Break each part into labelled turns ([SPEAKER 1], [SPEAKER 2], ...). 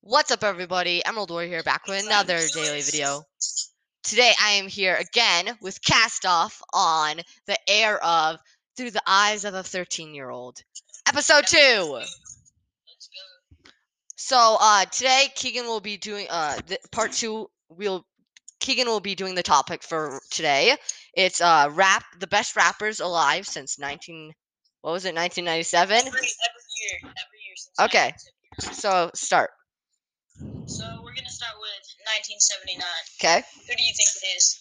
[SPEAKER 1] What's up, everybody? Emerald Warrior here, back with another daily video. Today, I am here again with Cast Off on the air of Through the Eyes of a 13 Year Old, Episode 2. So, uh, today, Keegan will be doing uh, th- part two. We'll Keegan will be doing the topic for today. It's uh, rap, the best rappers alive since 19. What was it, 1997?
[SPEAKER 2] Every, every year, every year since
[SPEAKER 1] Okay.
[SPEAKER 2] 1979.
[SPEAKER 1] So, start.
[SPEAKER 2] So we're gonna start with 1979.
[SPEAKER 1] Okay.
[SPEAKER 2] Who do you think it is?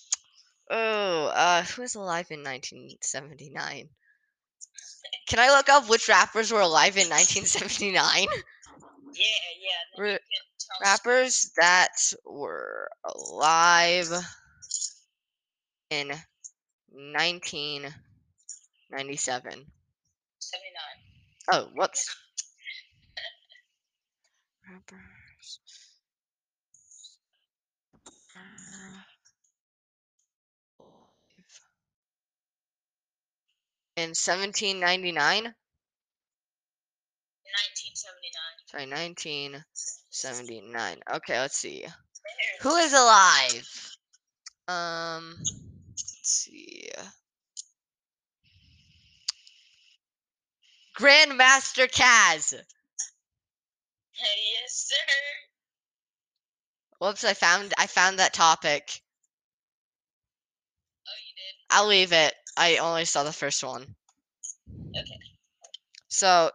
[SPEAKER 1] Oh, uh, who was alive in 1979? Can I look up which rappers were alive in 1979?
[SPEAKER 2] Yeah, yeah. and then
[SPEAKER 1] Ra-
[SPEAKER 2] you can tell us-
[SPEAKER 1] rappers that were alive in 1997.
[SPEAKER 2] 79.
[SPEAKER 1] Oh, whoops. Rappers. uh, In 1799?
[SPEAKER 2] 1979.
[SPEAKER 1] Sorry, 1979. Okay, let's see.
[SPEAKER 2] There.
[SPEAKER 1] Who is alive? Um, let's see. Grandmaster Kaz.
[SPEAKER 2] yes, sir.
[SPEAKER 1] Whoops, I found I found that topic.
[SPEAKER 2] Oh, you did.
[SPEAKER 1] I'll leave it. I only saw the first one.
[SPEAKER 2] Okay.
[SPEAKER 1] So,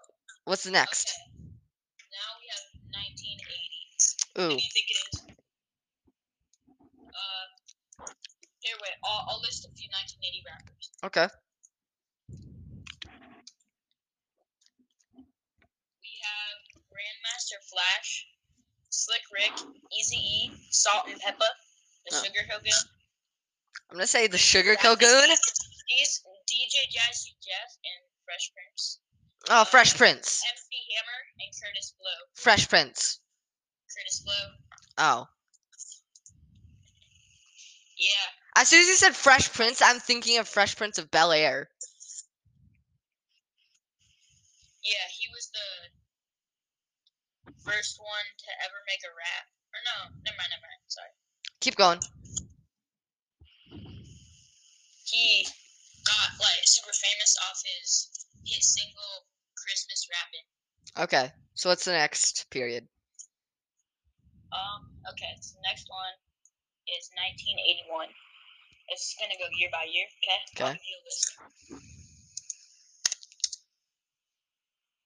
[SPEAKER 1] what's the next?
[SPEAKER 2] Okay. Now we have 1980. Who
[SPEAKER 1] Ooh,
[SPEAKER 2] do you think it is? Uh, here, wait. I'll, I'll list a few 1980 rappers.
[SPEAKER 1] okay.
[SPEAKER 2] We have Grandmaster Flash, Slick Rick, Easy E, Salt and Peppa, The
[SPEAKER 1] Oh.
[SPEAKER 2] Sugar Hogan.
[SPEAKER 1] I'm gonna say the Sugar Cocoon.
[SPEAKER 2] These DJ Jazzy Jeff and Fresh Prince,
[SPEAKER 1] Oh, Fresh Prince.
[SPEAKER 2] MC Hammer and Curtis Blow.
[SPEAKER 1] Fresh Prince.
[SPEAKER 2] Curtis Blow.
[SPEAKER 1] Oh,
[SPEAKER 2] Yeah.
[SPEAKER 1] as soon as you said Fresh Prince, I'm thinking of Fresh Prince of Bel Air.
[SPEAKER 2] Yeah, he was the first one to ever make a rap. Or no, never mind, never mind. Sorry.
[SPEAKER 1] Keep going.
[SPEAKER 2] He got like super famous off his hit single Christmas Rapping.
[SPEAKER 1] Okay. So what's the next period?
[SPEAKER 2] Um, okay, so next one is 1981. It's gonna go year by year, okay?
[SPEAKER 1] Okay.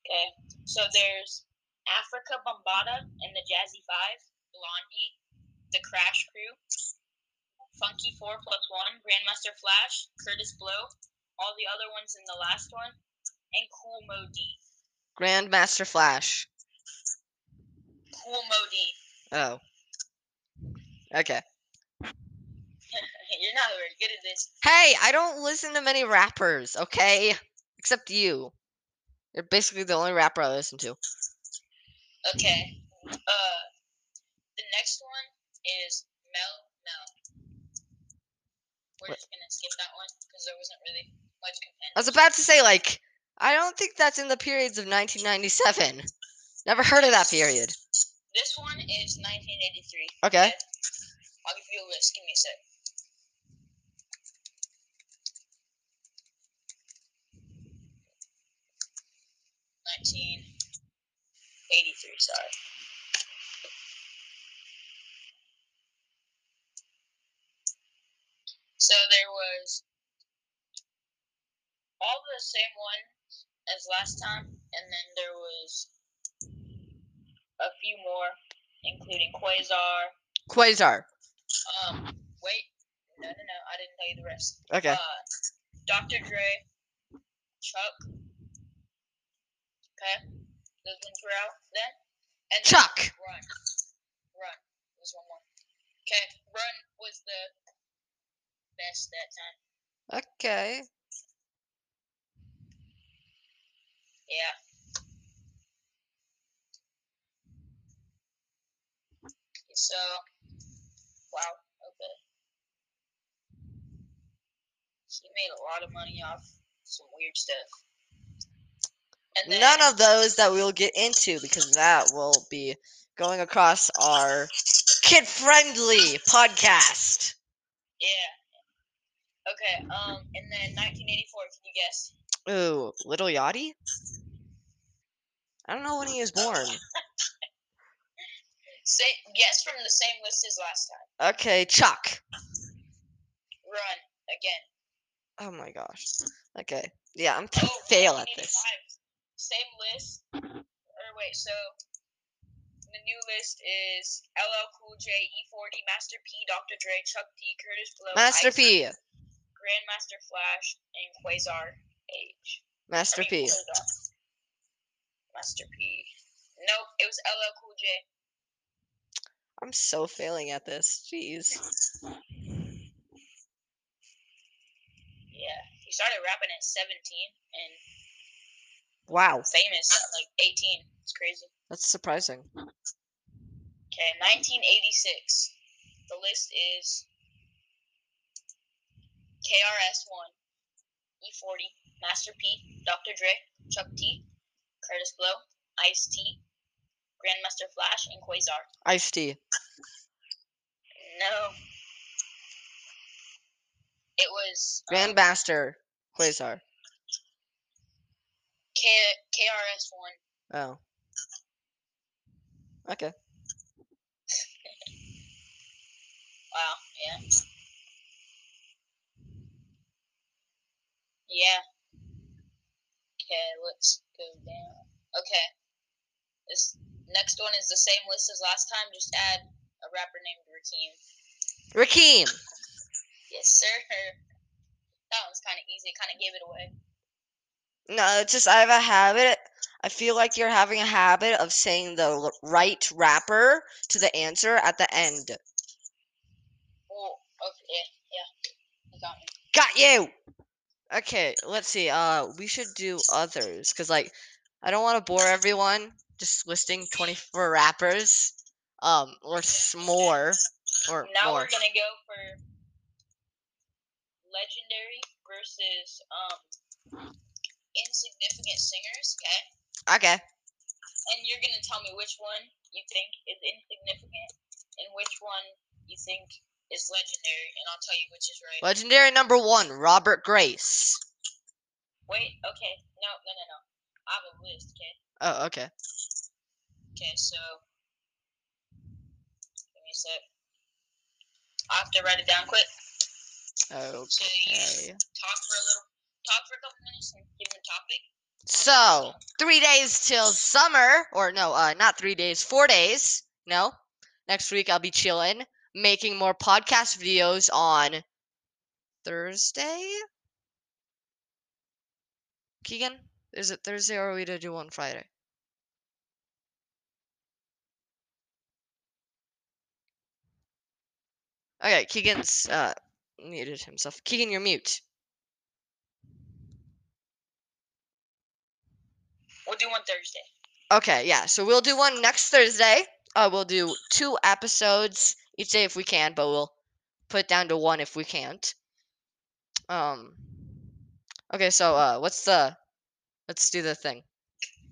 [SPEAKER 2] Okay, so there's Africa Bombata and the Jazzy Five, Blondie, The Crash Crew, Funky Four Plus One, Grandmaster Flash, Curtis Blow, all the other ones in the last one, and Cool Mo D.
[SPEAKER 1] Grandmaster Flash.
[SPEAKER 2] Cool Mo D.
[SPEAKER 1] Oh. Okay.
[SPEAKER 2] You're not very good at this.
[SPEAKER 1] Hey, I don't listen to many rappers, okay? Except you. You're basically the only rapper I listen to.
[SPEAKER 2] Okay. Uh, the next one is Mel Mel. We're
[SPEAKER 1] What- Uh
[SPEAKER 2] just gonna skip that one because there wasn't really much
[SPEAKER 1] I
[SPEAKER 2] content.
[SPEAKER 1] was about to say, like, I don't think that's in the periods of 1997. Never heard of that period.
[SPEAKER 2] This one is 1983.
[SPEAKER 1] Okay.
[SPEAKER 2] I'll give you a list. Give me a sec. Nineteen eighty-three. Sorry. So there was all the same one as last time, and then there was a few more, including Quasar.
[SPEAKER 1] Quasar.
[SPEAKER 2] Um, wait. No, no, no. I didn't tell you the rest.
[SPEAKER 1] Okay.
[SPEAKER 2] Uh, Dr. Dre, Chuck. Okay. Those ones were out then. And then
[SPEAKER 1] Chuck.
[SPEAKER 2] Run. Run. was one more. Okay. Run was the best that time.
[SPEAKER 1] Okay.
[SPEAKER 2] Yeah. So, wow. Okay. He made a lot of money off some weird stuff. And then,
[SPEAKER 1] None of those that we'll get into because that will be going across our kid friendly podcast.
[SPEAKER 2] Yeah. Okay. Um, and then 1984. Can you guess?
[SPEAKER 1] Ooh, Little Yachty? I don't know when he was born.
[SPEAKER 2] Say guess from the same list as last time.
[SPEAKER 1] Okay, Chuck.
[SPEAKER 2] Run again.
[SPEAKER 1] Oh my gosh. Okay. Yeah, I'm gonna
[SPEAKER 2] Oh,
[SPEAKER 1] fail at
[SPEAKER 2] 1985.
[SPEAKER 1] this.
[SPEAKER 2] Same list. Or wait, so the new list is LL Cool J, E40, Master P, Dr. Dre, Chuck D, Curtis Blow,
[SPEAKER 1] Master
[SPEAKER 2] Ice-T,
[SPEAKER 1] P.
[SPEAKER 2] Grandmaster Flash, and Quasar H. I
[SPEAKER 1] Master P.
[SPEAKER 2] mean, Quasar. Master P. Nope, it was LL Cool J.
[SPEAKER 1] I'm so failing at this. Jeez.
[SPEAKER 2] Yeah, he started rapping at 17 and
[SPEAKER 1] Wow.
[SPEAKER 2] famous at like 18. It's crazy.
[SPEAKER 1] That's surprising.
[SPEAKER 2] Okay, 1986. The list is KRS1, E40, E Master P, Dr. Dre, Chuck T, Curtis Blow, Ice T, Grandmaster Flash, and Quasar.
[SPEAKER 1] Ice T.
[SPEAKER 2] No. It was um,
[SPEAKER 1] Grandmaster. Quasar.
[SPEAKER 2] K- KRS1.
[SPEAKER 1] Oh. Okay.
[SPEAKER 2] Wow, yeah. Yeah. Okay, let's go down. Okay. This next one is the same list as last time, just add a rapper named Rakim.
[SPEAKER 1] Rakim.
[SPEAKER 2] Yes, sir. That one's kind of easy. Kind of gave it away.
[SPEAKER 1] No, it's just I have a habit. I feel like you're having a habit of saying the l- right rapper to the answer at the end.
[SPEAKER 2] Oh, okay. Yeah, yeah. You got
[SPEAKER 1] Got
[SPEAKER 2] me.
[SPEAKER 1] you. Okay, let's see. Uh, we should do others because like I don't want to bore everyone just listing twenty four rappers, um, or s- more, or
[SPEAKER 2] Now
[SPEAKER 1] more.
[SPEAKER 2] we're going to go for legendary versus um insignificant singers, okay?
[SPEAKER 1] Okay.
[SPEAKER 2] and you're gonna tell me which one you think is insignificant and which one you think is legendary, and I'll tell you which is right.
[SPEAKER 1] Legendary number one, Robert Grace.
[SPEAKER 2] Wait, okay, no, no, no, no. I have a list, okay?
[SPEAKER 1] Oh, okay.
[SPEAKER 2] Okay, so give me a sec. I have to write it down quick. So you just
[SPEAKER 1] Okay.
[SPEAKER 2] talk for a little, talk for a couple minutes, and give me a topic.
[SPEAKER 1] So three days till summer, or no, uh, not three days, four days. No, next week I'll be chilling, making more podcast videos on Thursday. Keegan, is it Thursday or are we to do on Friday? Okay, Keegan's uh, muted himself. Keegan, you're mute.
[SPEAKER 2] We'll do one Thursday.
[SPEAKER 1] Okay, yeah. So we'll do one next Thursday. Uh, we'll do two episodes each day if we can, but we'll put it down to one if we can't. Um. Okay, so uh, what's the? Let's do the thing.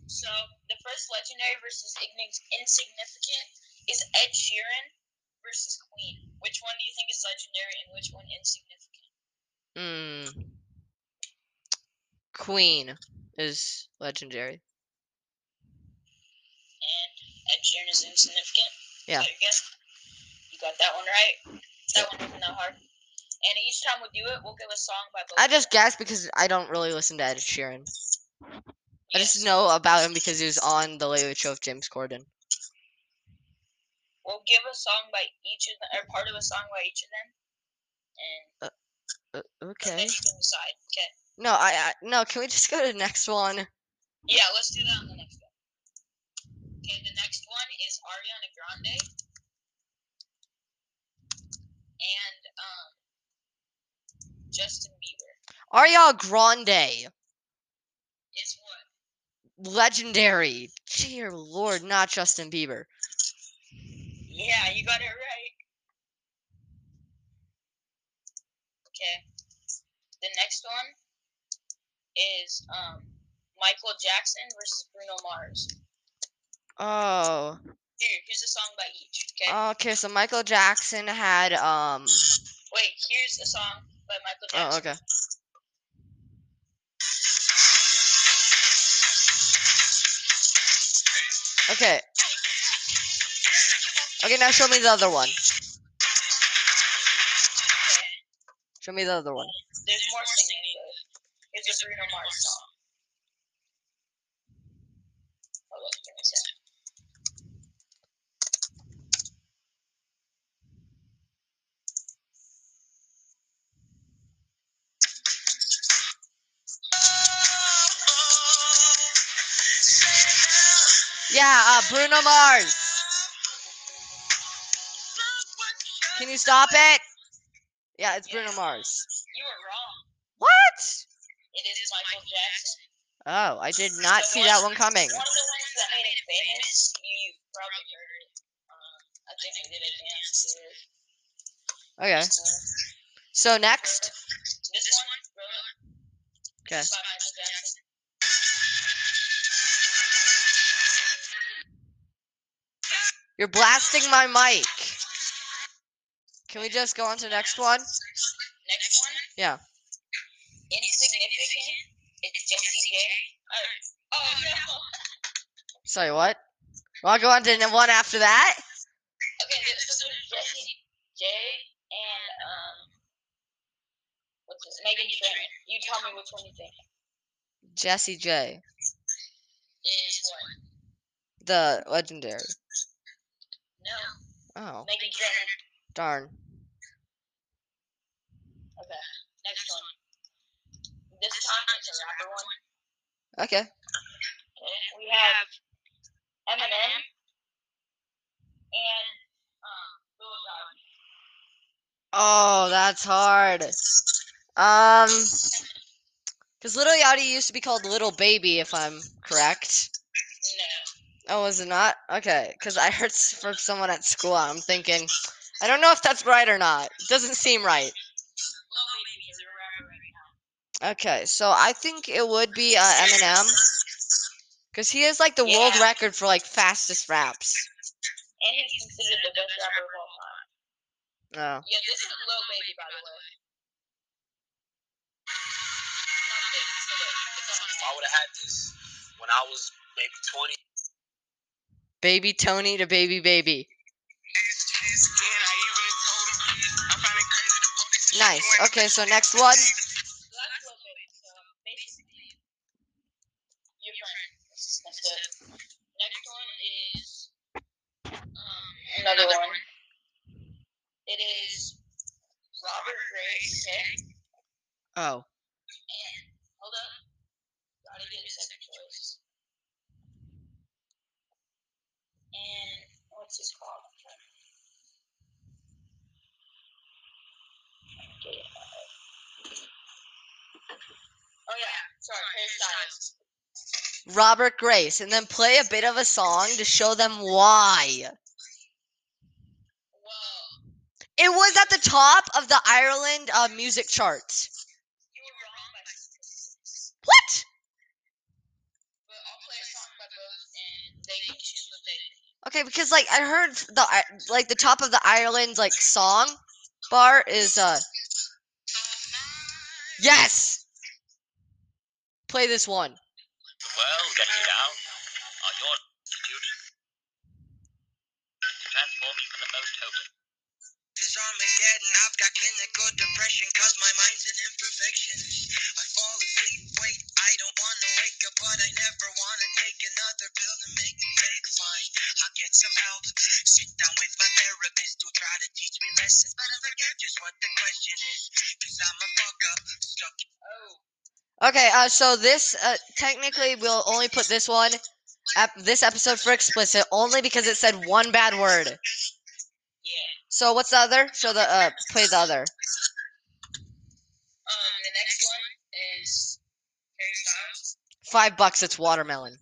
[SPEAKER 2] So the first legendary versus ign- insignificant is Ed Sheeran versus Queen. Which one do you think is legendary and which one insignificant?
[SPEAKER 1] Mm. Queen is legendary.
[SPEAKER 2] And Ed Sheeran is insignificant.
[SPEAKER 1] Yeah.
[SPEAKER 2] There you go. You got that one right. That one wasn't that hard. And each time we do it, we'll give a song by both.
[SPEAKER 1] I just guessed because I don't really listen to Ed Sheeran. I just
[SPEAKER 2] Yes.
[SPEAKER 1] know about him because he was on the Late Late Show with James Corden.
[SPEAKER 2] We'll give a song by each of them, or part of a song by each of them, and
[SPEAKER 1] Uh,
[SPEAKER 2] and
[SPEAKER 1] okay.
[SPEAKER 2] then you can decide. Okay.
[SPEAKER 1] No, I, I no. Can we just go to the next one?
[SPEAKER 2] Yeah, let's do that on the next one. Okay, the next one is Ariana Grande. And um Justin Bieber
[SPEAKER 1] Ariana Grande.
[SPEAKER 2] is what?
[SPEAKER 1] legendary. Dear Lord, not Justin Bieber.
[SPEAKER 2] Yeah, you got it right. Okay. The next one is um Michael Jackson versus Bruno Mars.
[SPEAKER 1] Oh,
[SPEAKER 2] Here, here's a song by each. Okay.
[SPEAKER 1] Okay, so Michael Jackson had um.
[SPEAKER 2] Wait, here's a song by Michael Jackson.
[SPEAKER 1] Oh, okay. Okay. Okay, now show me the other one. Show me the other one.
[SPEAKER 2] There's more singing, but it's a Bruno Mars song. Hold on, Oh, give me a second.
[SPEAKER 1] Yeah, uh, Bruno Mars. Can you stop it? Yeah, it's Bruno Mars.
[SPEAKER 2] You were wrong.
[SPEAKER 1] What?
[SPEAKER 2] It is Michael Jackson.
[SPEAKER 1] Oh, I did not see that one coming.
[SPEAKER 2] One of the ones that made it famous, you probably heard it. Um, I think I did a dance to it.
[SPEAKER 1] Okay. So next,
[SPEAKER 2] This one, Thriller,
[SPEAKER 1] okay.
[SPEAKER 2] is by Michael Jackson.
[SPEAKER 1] You're blasting my mic. Can we just go on to the next one?
[SPEAKER 2] Next one.
[SPEAKER 1] Yeah.
[SPEAKER 2] Insignificant. It's Jessie J. Oh, oh no.
[SPEAKER 1] Sorry, what? Well, I'll go on to the one after that.
[SPEAKER 2] Okay, this is with Jessie J and um, what's this? Megan Trainor. You tell me which one you think
[SPEAKER 1] Jesse J,
[SPEAKER 2] is what?
[SPEAKER 1] the legendary.
[SPEAKER 2] No,
[SPEAKER 1] Oh,
[SPEAKER 2] Megan Trainor.
[SPEAKER 1] darn.
[SPEAKER 2] Okay, next one. This time it's a rapper one.
[SPEAKER 1] Okay.
[SPEAKER 2] Okay, we have Eminem and um, Lil Yachty.
[SPEAKER 1] Oh, that's hard. Um, because Little Yachty used to be called Little Baby, if I'm correct.
[SPEAKER 2] No.
[SPEAKER 1] Oh, is it not? Okay, because I heard s- from someone at school. I'm thinking, I don't know if that's right or not. doesn't seem right.
[SPEAKER 2] Lil Baby is a rapper right now.
[SPEAKER 1] Okay, so I think it would be uh, Eminem, because he is like the world
[SPEAKER 2] Yeah.
[SPEAKER 1] record for like fastest raps.
[SPEAKER 2] And he's considered the best rapper of all time.
[SPEAKER 1] Oh,
[SPEAKER 2] Yeah, this is Lil Baby, by the way. Not this. Okay, it's on
[SPEAKER 3] If I
[SPEAKER 2] the
[SPEAKER 3] would have had this when I was maybe 20.
[SPEAKER 1] baby Tony to baby baby. Nice. Okay, so next one.
[SPEAKER 2] So that's Lil Baby. So basically, your friend. That's it. Next one is um, another one. It is Robert Gray. Okay.
[SPEAKER 1] Oh,
[SPEAKER 2] And hold up. Gotta get a second choice. And what's this called? I'm trying to- trying to get it out. Oh yeah, sorry, hairstyles.
[SPEAKER 1] Robert Grace, and then play a bit of a song to show them why.
[SPEAKER 2] Whoa,
[SPEAKER 1] It was at the top of the Ireland uh, music chart.
[SPEAKER 2] you were wrong by six.
[SPEAKER 1] What?
[SPEAKER 2] But I'll play a song by both, and they can choose what they.
[SPEAKER 1] Okay, because like I heard f- the I- like the top of the Ireland like song bar is uh yes. Play this one.
[SPEAKER 3] Well, getting down on your attitude. Transform even the most hopeless.
[SPEAKER 4] It's Armageddon. I've got clinical depression cause my mind's an imperfection. I fall asleep, wait, I don't wanna wake up, but I never wanna take another pill to make me fake fine. I'll get some help, sit down with my therapist who'll try to teach me lessons, but I forget just what the question is. Cause I'm a fuck up, stuck
[SPEAKER 2] Oh,
[SPEAKER 1] Okay, uh, so this uh, technically we'll only put this one, ep- this episode for explicit only because it said one bad word.
[SPEAKER 2] yeah.
[SPEAKER 1] So what's the other? Show the uh, play the other.
[SPEAKER 2] Um, the next one is hairstyles.
[SPEAKER 1] Five bucks. It's watermelon.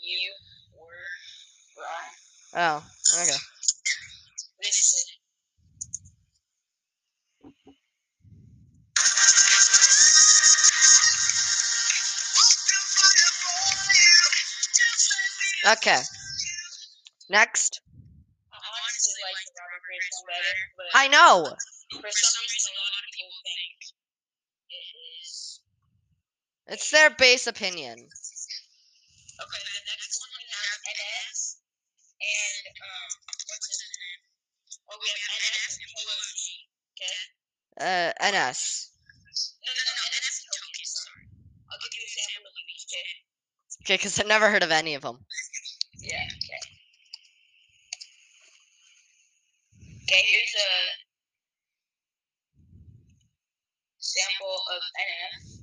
[SPEAKER 2] You were wrong.
[SPEAKER 1] Oh, okay.
[SPEAKER 2] This is it.
[SPEAKER 1] Okay. Next.
[SPEAKER 2] I honestly like the Robert Grace one better, but
[SPEAKER 1] I know.
[SPEAKER 2] for some reason a lot of people think it is.
[SPEAKER 1] It's their base opinion.
[SPEAKER 2] Okay, the next one we have NS and um what's his name? Oh, we have NS and Pelosi. Okay.
[SPEAKER 1] Uh, NS.
[SPEAKER 2] No, no, no, NS and Token. Sorry. I'll give you an example of each. Okay.
[SPEAKER 1] Okay, because I've never heard of any of them.
[SPEAKER 2] Yeah. Okay. Okay, here's a sample of NF.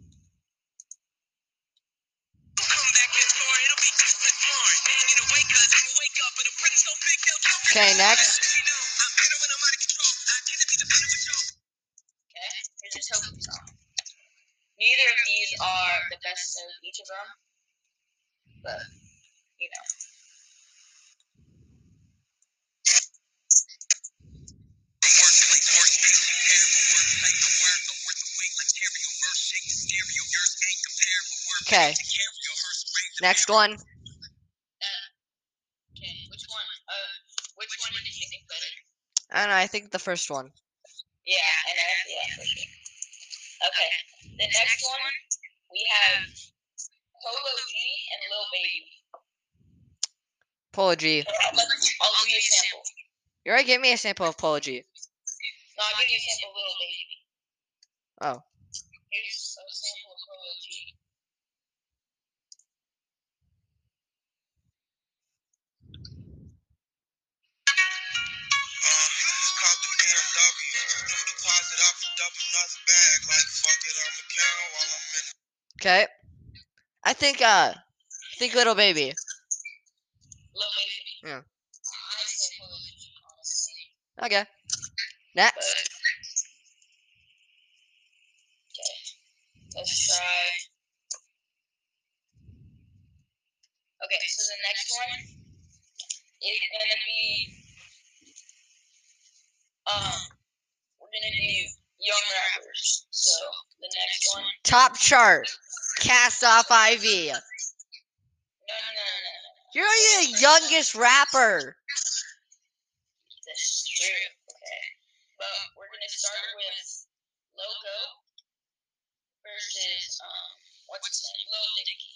[SPEAKER 4] We'll come back in tomorrow, it'll be just as smart. They ain't gonna wake us, I'ma wake up, but the print's so big, they'll jump.
[SPEAKER 1] Okay, next.
[SPEAKER 4] You know, I'm better when I'm out of control. I tend to be the better with y'all.
[SPEAKER 2] Okay, here's his hope song. Neither of these are the best of each of them, but you know.
[SPEAKER 4] From workplace, worst patient, terrible workplace. I'm worth the worth of weight, like stereo, verse shape, the stereo, yours ain't comparable. Worth
[SPEAKER 1] Okay.
[SPEAKER 4] to carry your hearse, raise the
[SPEAKER 1] Next one.
[SPEAKER 2] Okay, which one? Uh, which one did you think better?
[SPEAKER 1] I don't know. I think the first one.
[SPEAKER 2] Yeah, and uh, yeah, for sure. Okay, the next one we have Polo G and Lil Baby.
[SPEAKER 1] Polo G.
[SPEAKER 2] I'll give you a sample.
[SPEAKER 1] You already gave me a sample of Polo G.
[SPEAKER 2] No, I'll give you a sample of Lil Baby.
[SPEAKER 1] Oh.
[SPEAKER 2] Here's a sample of Polo
[SPEAKER 4] Uh,
[SPEAKER 2] G.
[SPEAKER 4] Uh, it's called the BMW. New deposit off a double nuts bag, like fuck it, I'm a cow while I'm in it.
[SPEAKER 1] Okay. I think. Uh. I think Little Baby.
[SPEAKER 2] Lil Baby.
[SPEAKER 1] Yeah.
[SPEAKER 2] I say Polo G, honestly.
[SPEAKER 1] Okay. Next.
[SPEAKER 2] but- Okay. Let's try. Okay, so the next one is gonna be um we're gonna do young rappers. So the next one
[SPEAKER 1] Top chart. Cast off IV.
[SPEAKER 2] no no no no no no
[SPEAKER 1] You're already the youngest rapper.
[SPEAKER 2] this is true. Okay. But we're gonna start with Logo versus um what's his name? Lil Dicky.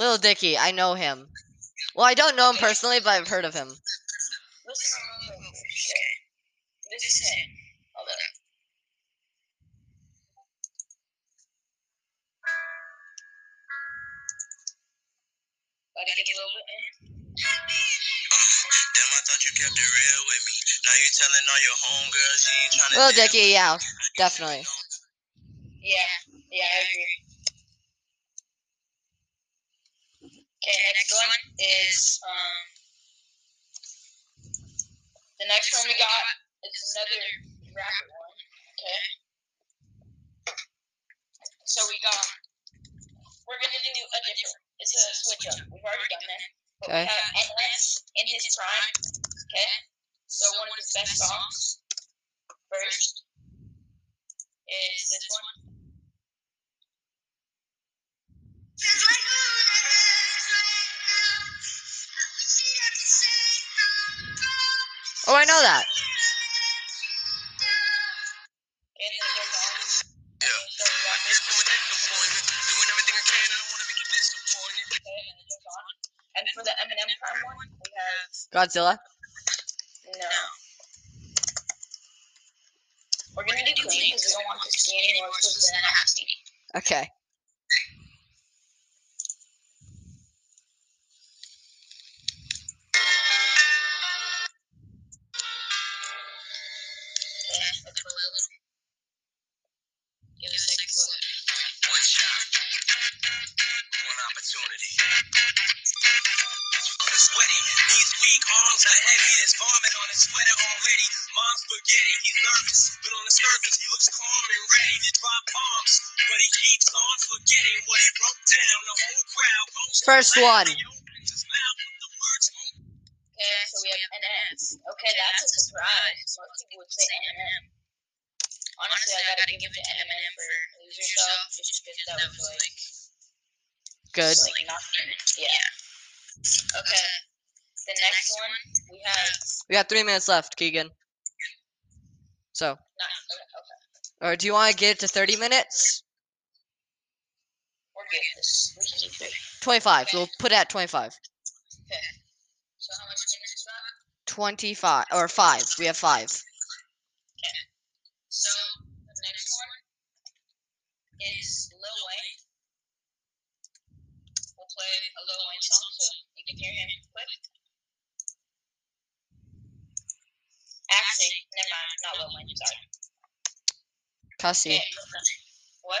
[SPEAKER 1] Little Dicky. I know him. Well, I don't know him personally, but I've heard of him.
[SPEAKER 2] Listen to my Okay. This is him. Hold on. Gotta get a little bit in.
[SPEAKER 4] Damn, I thought you kept it real with me. Now you telling all your homegirls you ain't tryna.
[SPEAKER 1] Little Dicky. Yeah. Definitely.
[SPEAKER 2] Yeah, yeah, I agree. Okay, next one is um the next one we got is another rapid one. Okay. So we got we're gonna do a different it's a switch up. We've already done that. But
[SPEAKER 1] Okay.
[SPEAKER 2] we have NS Uh, in his prime. Okay. So one of his best songs first is this one.
[SPEAKER 1] Oh, I know that.
[SPEAKER 2] in the design.
[SPEAKER 4] Yeah. It's been a disappointment. Doing everything I can, I don't wanna make you disappointed.
[SPEAKER 2] And for the Eminem prime one, we have
[SPEAKER 1] Godzilla.
[SPEAKER 2] no. We're gonna do Queen because we don't want to see any more because then nasty.
[SPEAKER 1] Okay.
[SPEAKER 2] Yeah, that's what we'll do. Give us like what?
[SPEAKER 4] One shot, one opportunity. It's sweaty, knees weak, arms are heavy. There's vomit on his sweater already. Mom's spaghetti, he's nervous, but on the surface he looks calm and ready to drop bombs. But he keeps on forgetting what he wrote down. The whole crowd goes
[SPEAKER 1] First one.
[SPEAKER 4] He opens his mouth, but the words won't
[SPEAKER 2] Okay, so we have NS. Okay, that's a surprise. Most people would say Eminem. Honestly, I gotta give it to Eminem for Lose Yourself just because that was like,
[SPEAKER 1] Good.
[SPEAKER 2] like nothing. Yeah. Okay. The next one we have
[SPEAKER 1] We got three minutes left, Keegan. So,
[SPEAKER 2] not okay.
[SPEAKER 1] or do you want to get it to 30 minutes?
[SPEAKER 2] We're good. with This we can keep it.
[SPEAKER 1] 25. We'll put it at 25.
[SPEAKER 2] So how much minutes we got?
[SPEAKER 1] 25 or 5. We have 5.
[SPEAKER 2] So the next one is Lil Wayne. We'll play a Lil Wayne song so you can hear him quick. Actually, never mind, not Lil Wayne. Sorry.
[SPEAKER 1] Cussy.
[SPEAKER 2] Okay. What?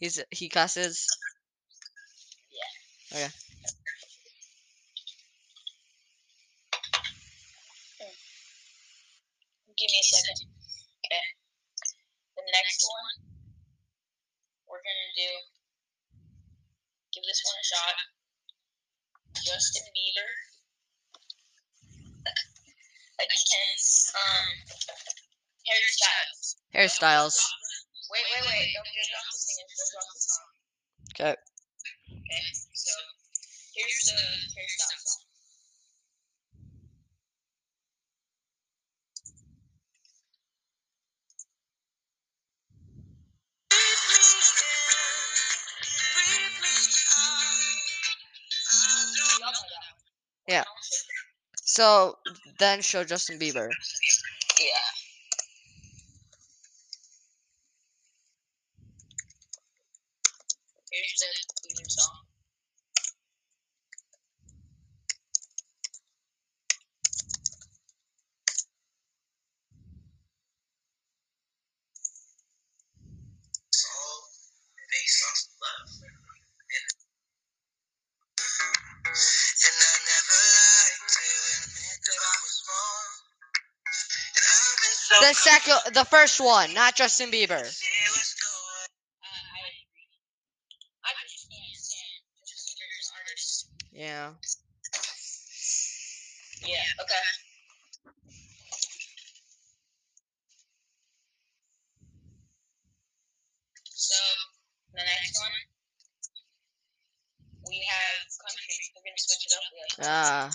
[SPEAKER 1] He's he cusses.
[SPEAKER 2] Give me a second. Okay. The next one, we're gonna do. Give this one a shot. Justin Bieber. Against um, Harry Styles.
[SPEAKER 1] Hairstyles.
[SPEAKER 2] Wait, wait, wait! Don't get off the singer. Don't drop the song.
[SPEAKER 1] Okay.
[SPEAKER 2] Okay. So here's the Harry Styles song. Y'all know
[SPEAKER 1] Yeah.
[SPEAKER 2] that one. Don't shake it.
[SPEAKER 1] So then show Justin Bieber.
[SPEAKER 2] Yeah. Here's the theme song.
[SPEAKER 4] And I never like to admit that I was wrong. And I've been so
[SPEAKER 1] The second, the first one, not Justin Bieber.
[SPEAKER 4] Yeah, let's go.
[SPEAKER 2] Uh, I agree. I just can't stand Justin Bieber's artists.
[SPEAKER 1] Yeah.
[SPEAKER 2] Yeah. Okay. So the next one, we have country. We're gonna switch it up. We have
[SPEAKER 1] Ah.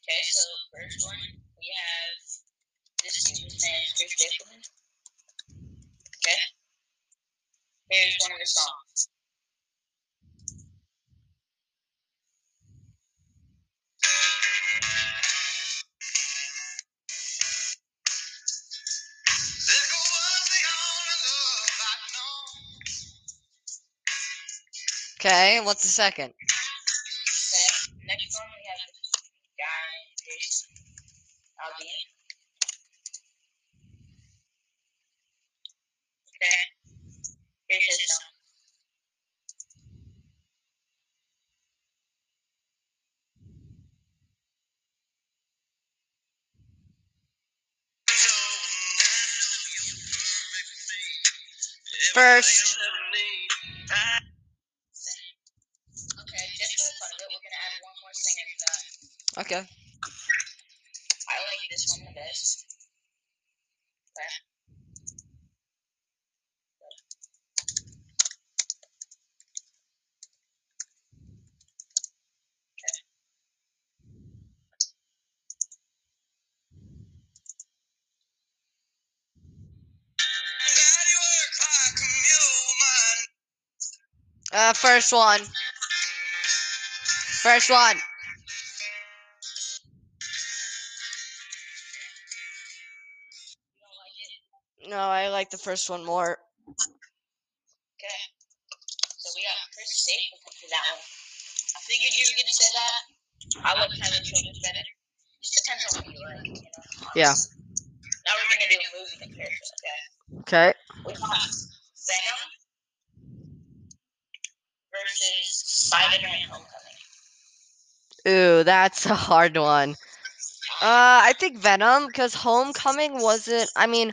[SPEAKER 2] Okay, so first one we have this dude's name is Chris Dickerson. Okay. Here's one of the songs.
[SPEAKER 4] There was the only love I know.
[SPEAKER 1] Okay. What's the second?
[SPEAKER 2] Okay. Next one we have this guy Jason Aldean. Okay. Here's his song.
[SPEAKER 4] No, and I know you'll perfect me. Everything
[SPEAKER 1] First.
[SPEAKER 4] I need. I
[SPEAKER 2] Okay, just for the fun of it, we're gonna add one more singer to that.
[SPEAKER 1] Okay.
[SPEAKER 2] I like this one the best. Okay.
[SPEAKER 4] gotta work like a mule, man.
[SPEAKER 1] Uh, first one. First one.
[SPEAKER 2] You don't like it?
[SPEAKER 1] No, I like the first one more.
[SPEAKER 2] Okay. So we got Chris Stapleton for that one. I figured you were gonna say that. I like Tyler Childers better. Just depends on what you like, you know.
[SPEAKER 1] Yeah.
[SPEAKER 2] Now we're gonna do a movie comparison, okay?
[SPEAKER 1] Okay.
[SPEAKER 2] We got Venom versus Spider-Man: Homecoming.
[SPEAKER 1] Ooh, that's a hard one. Uh, I think Venom because Homecoming wasn't. I mean,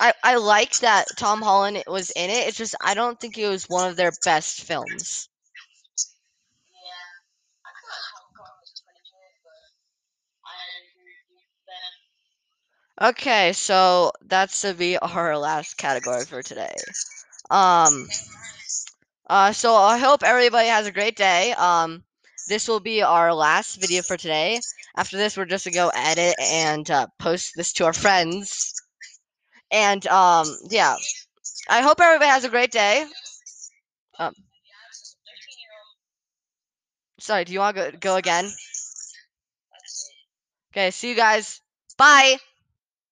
[SPEAKER 1] I I liked that Tom Holland was in it. It's just I don't think it was one of their best films.
[SPEAKER 2] Yeah, I feel like Homecoming was pretty good, but I agree with you. Venom.
[SPEAKER 1] Okay, so that's to be our last category for today. Um.
[SPEAKER 2] Okay, nice.
[SPEAKER 1] Uh, so I hope everybody has a great day. Um, This will be our last video for today. After this, we're just gonna go edit and uh, post this to our friends. And um, yeah, I hope everybody has a great day. Sorry, do you want to go, go again? Okay, see you guys. Bye.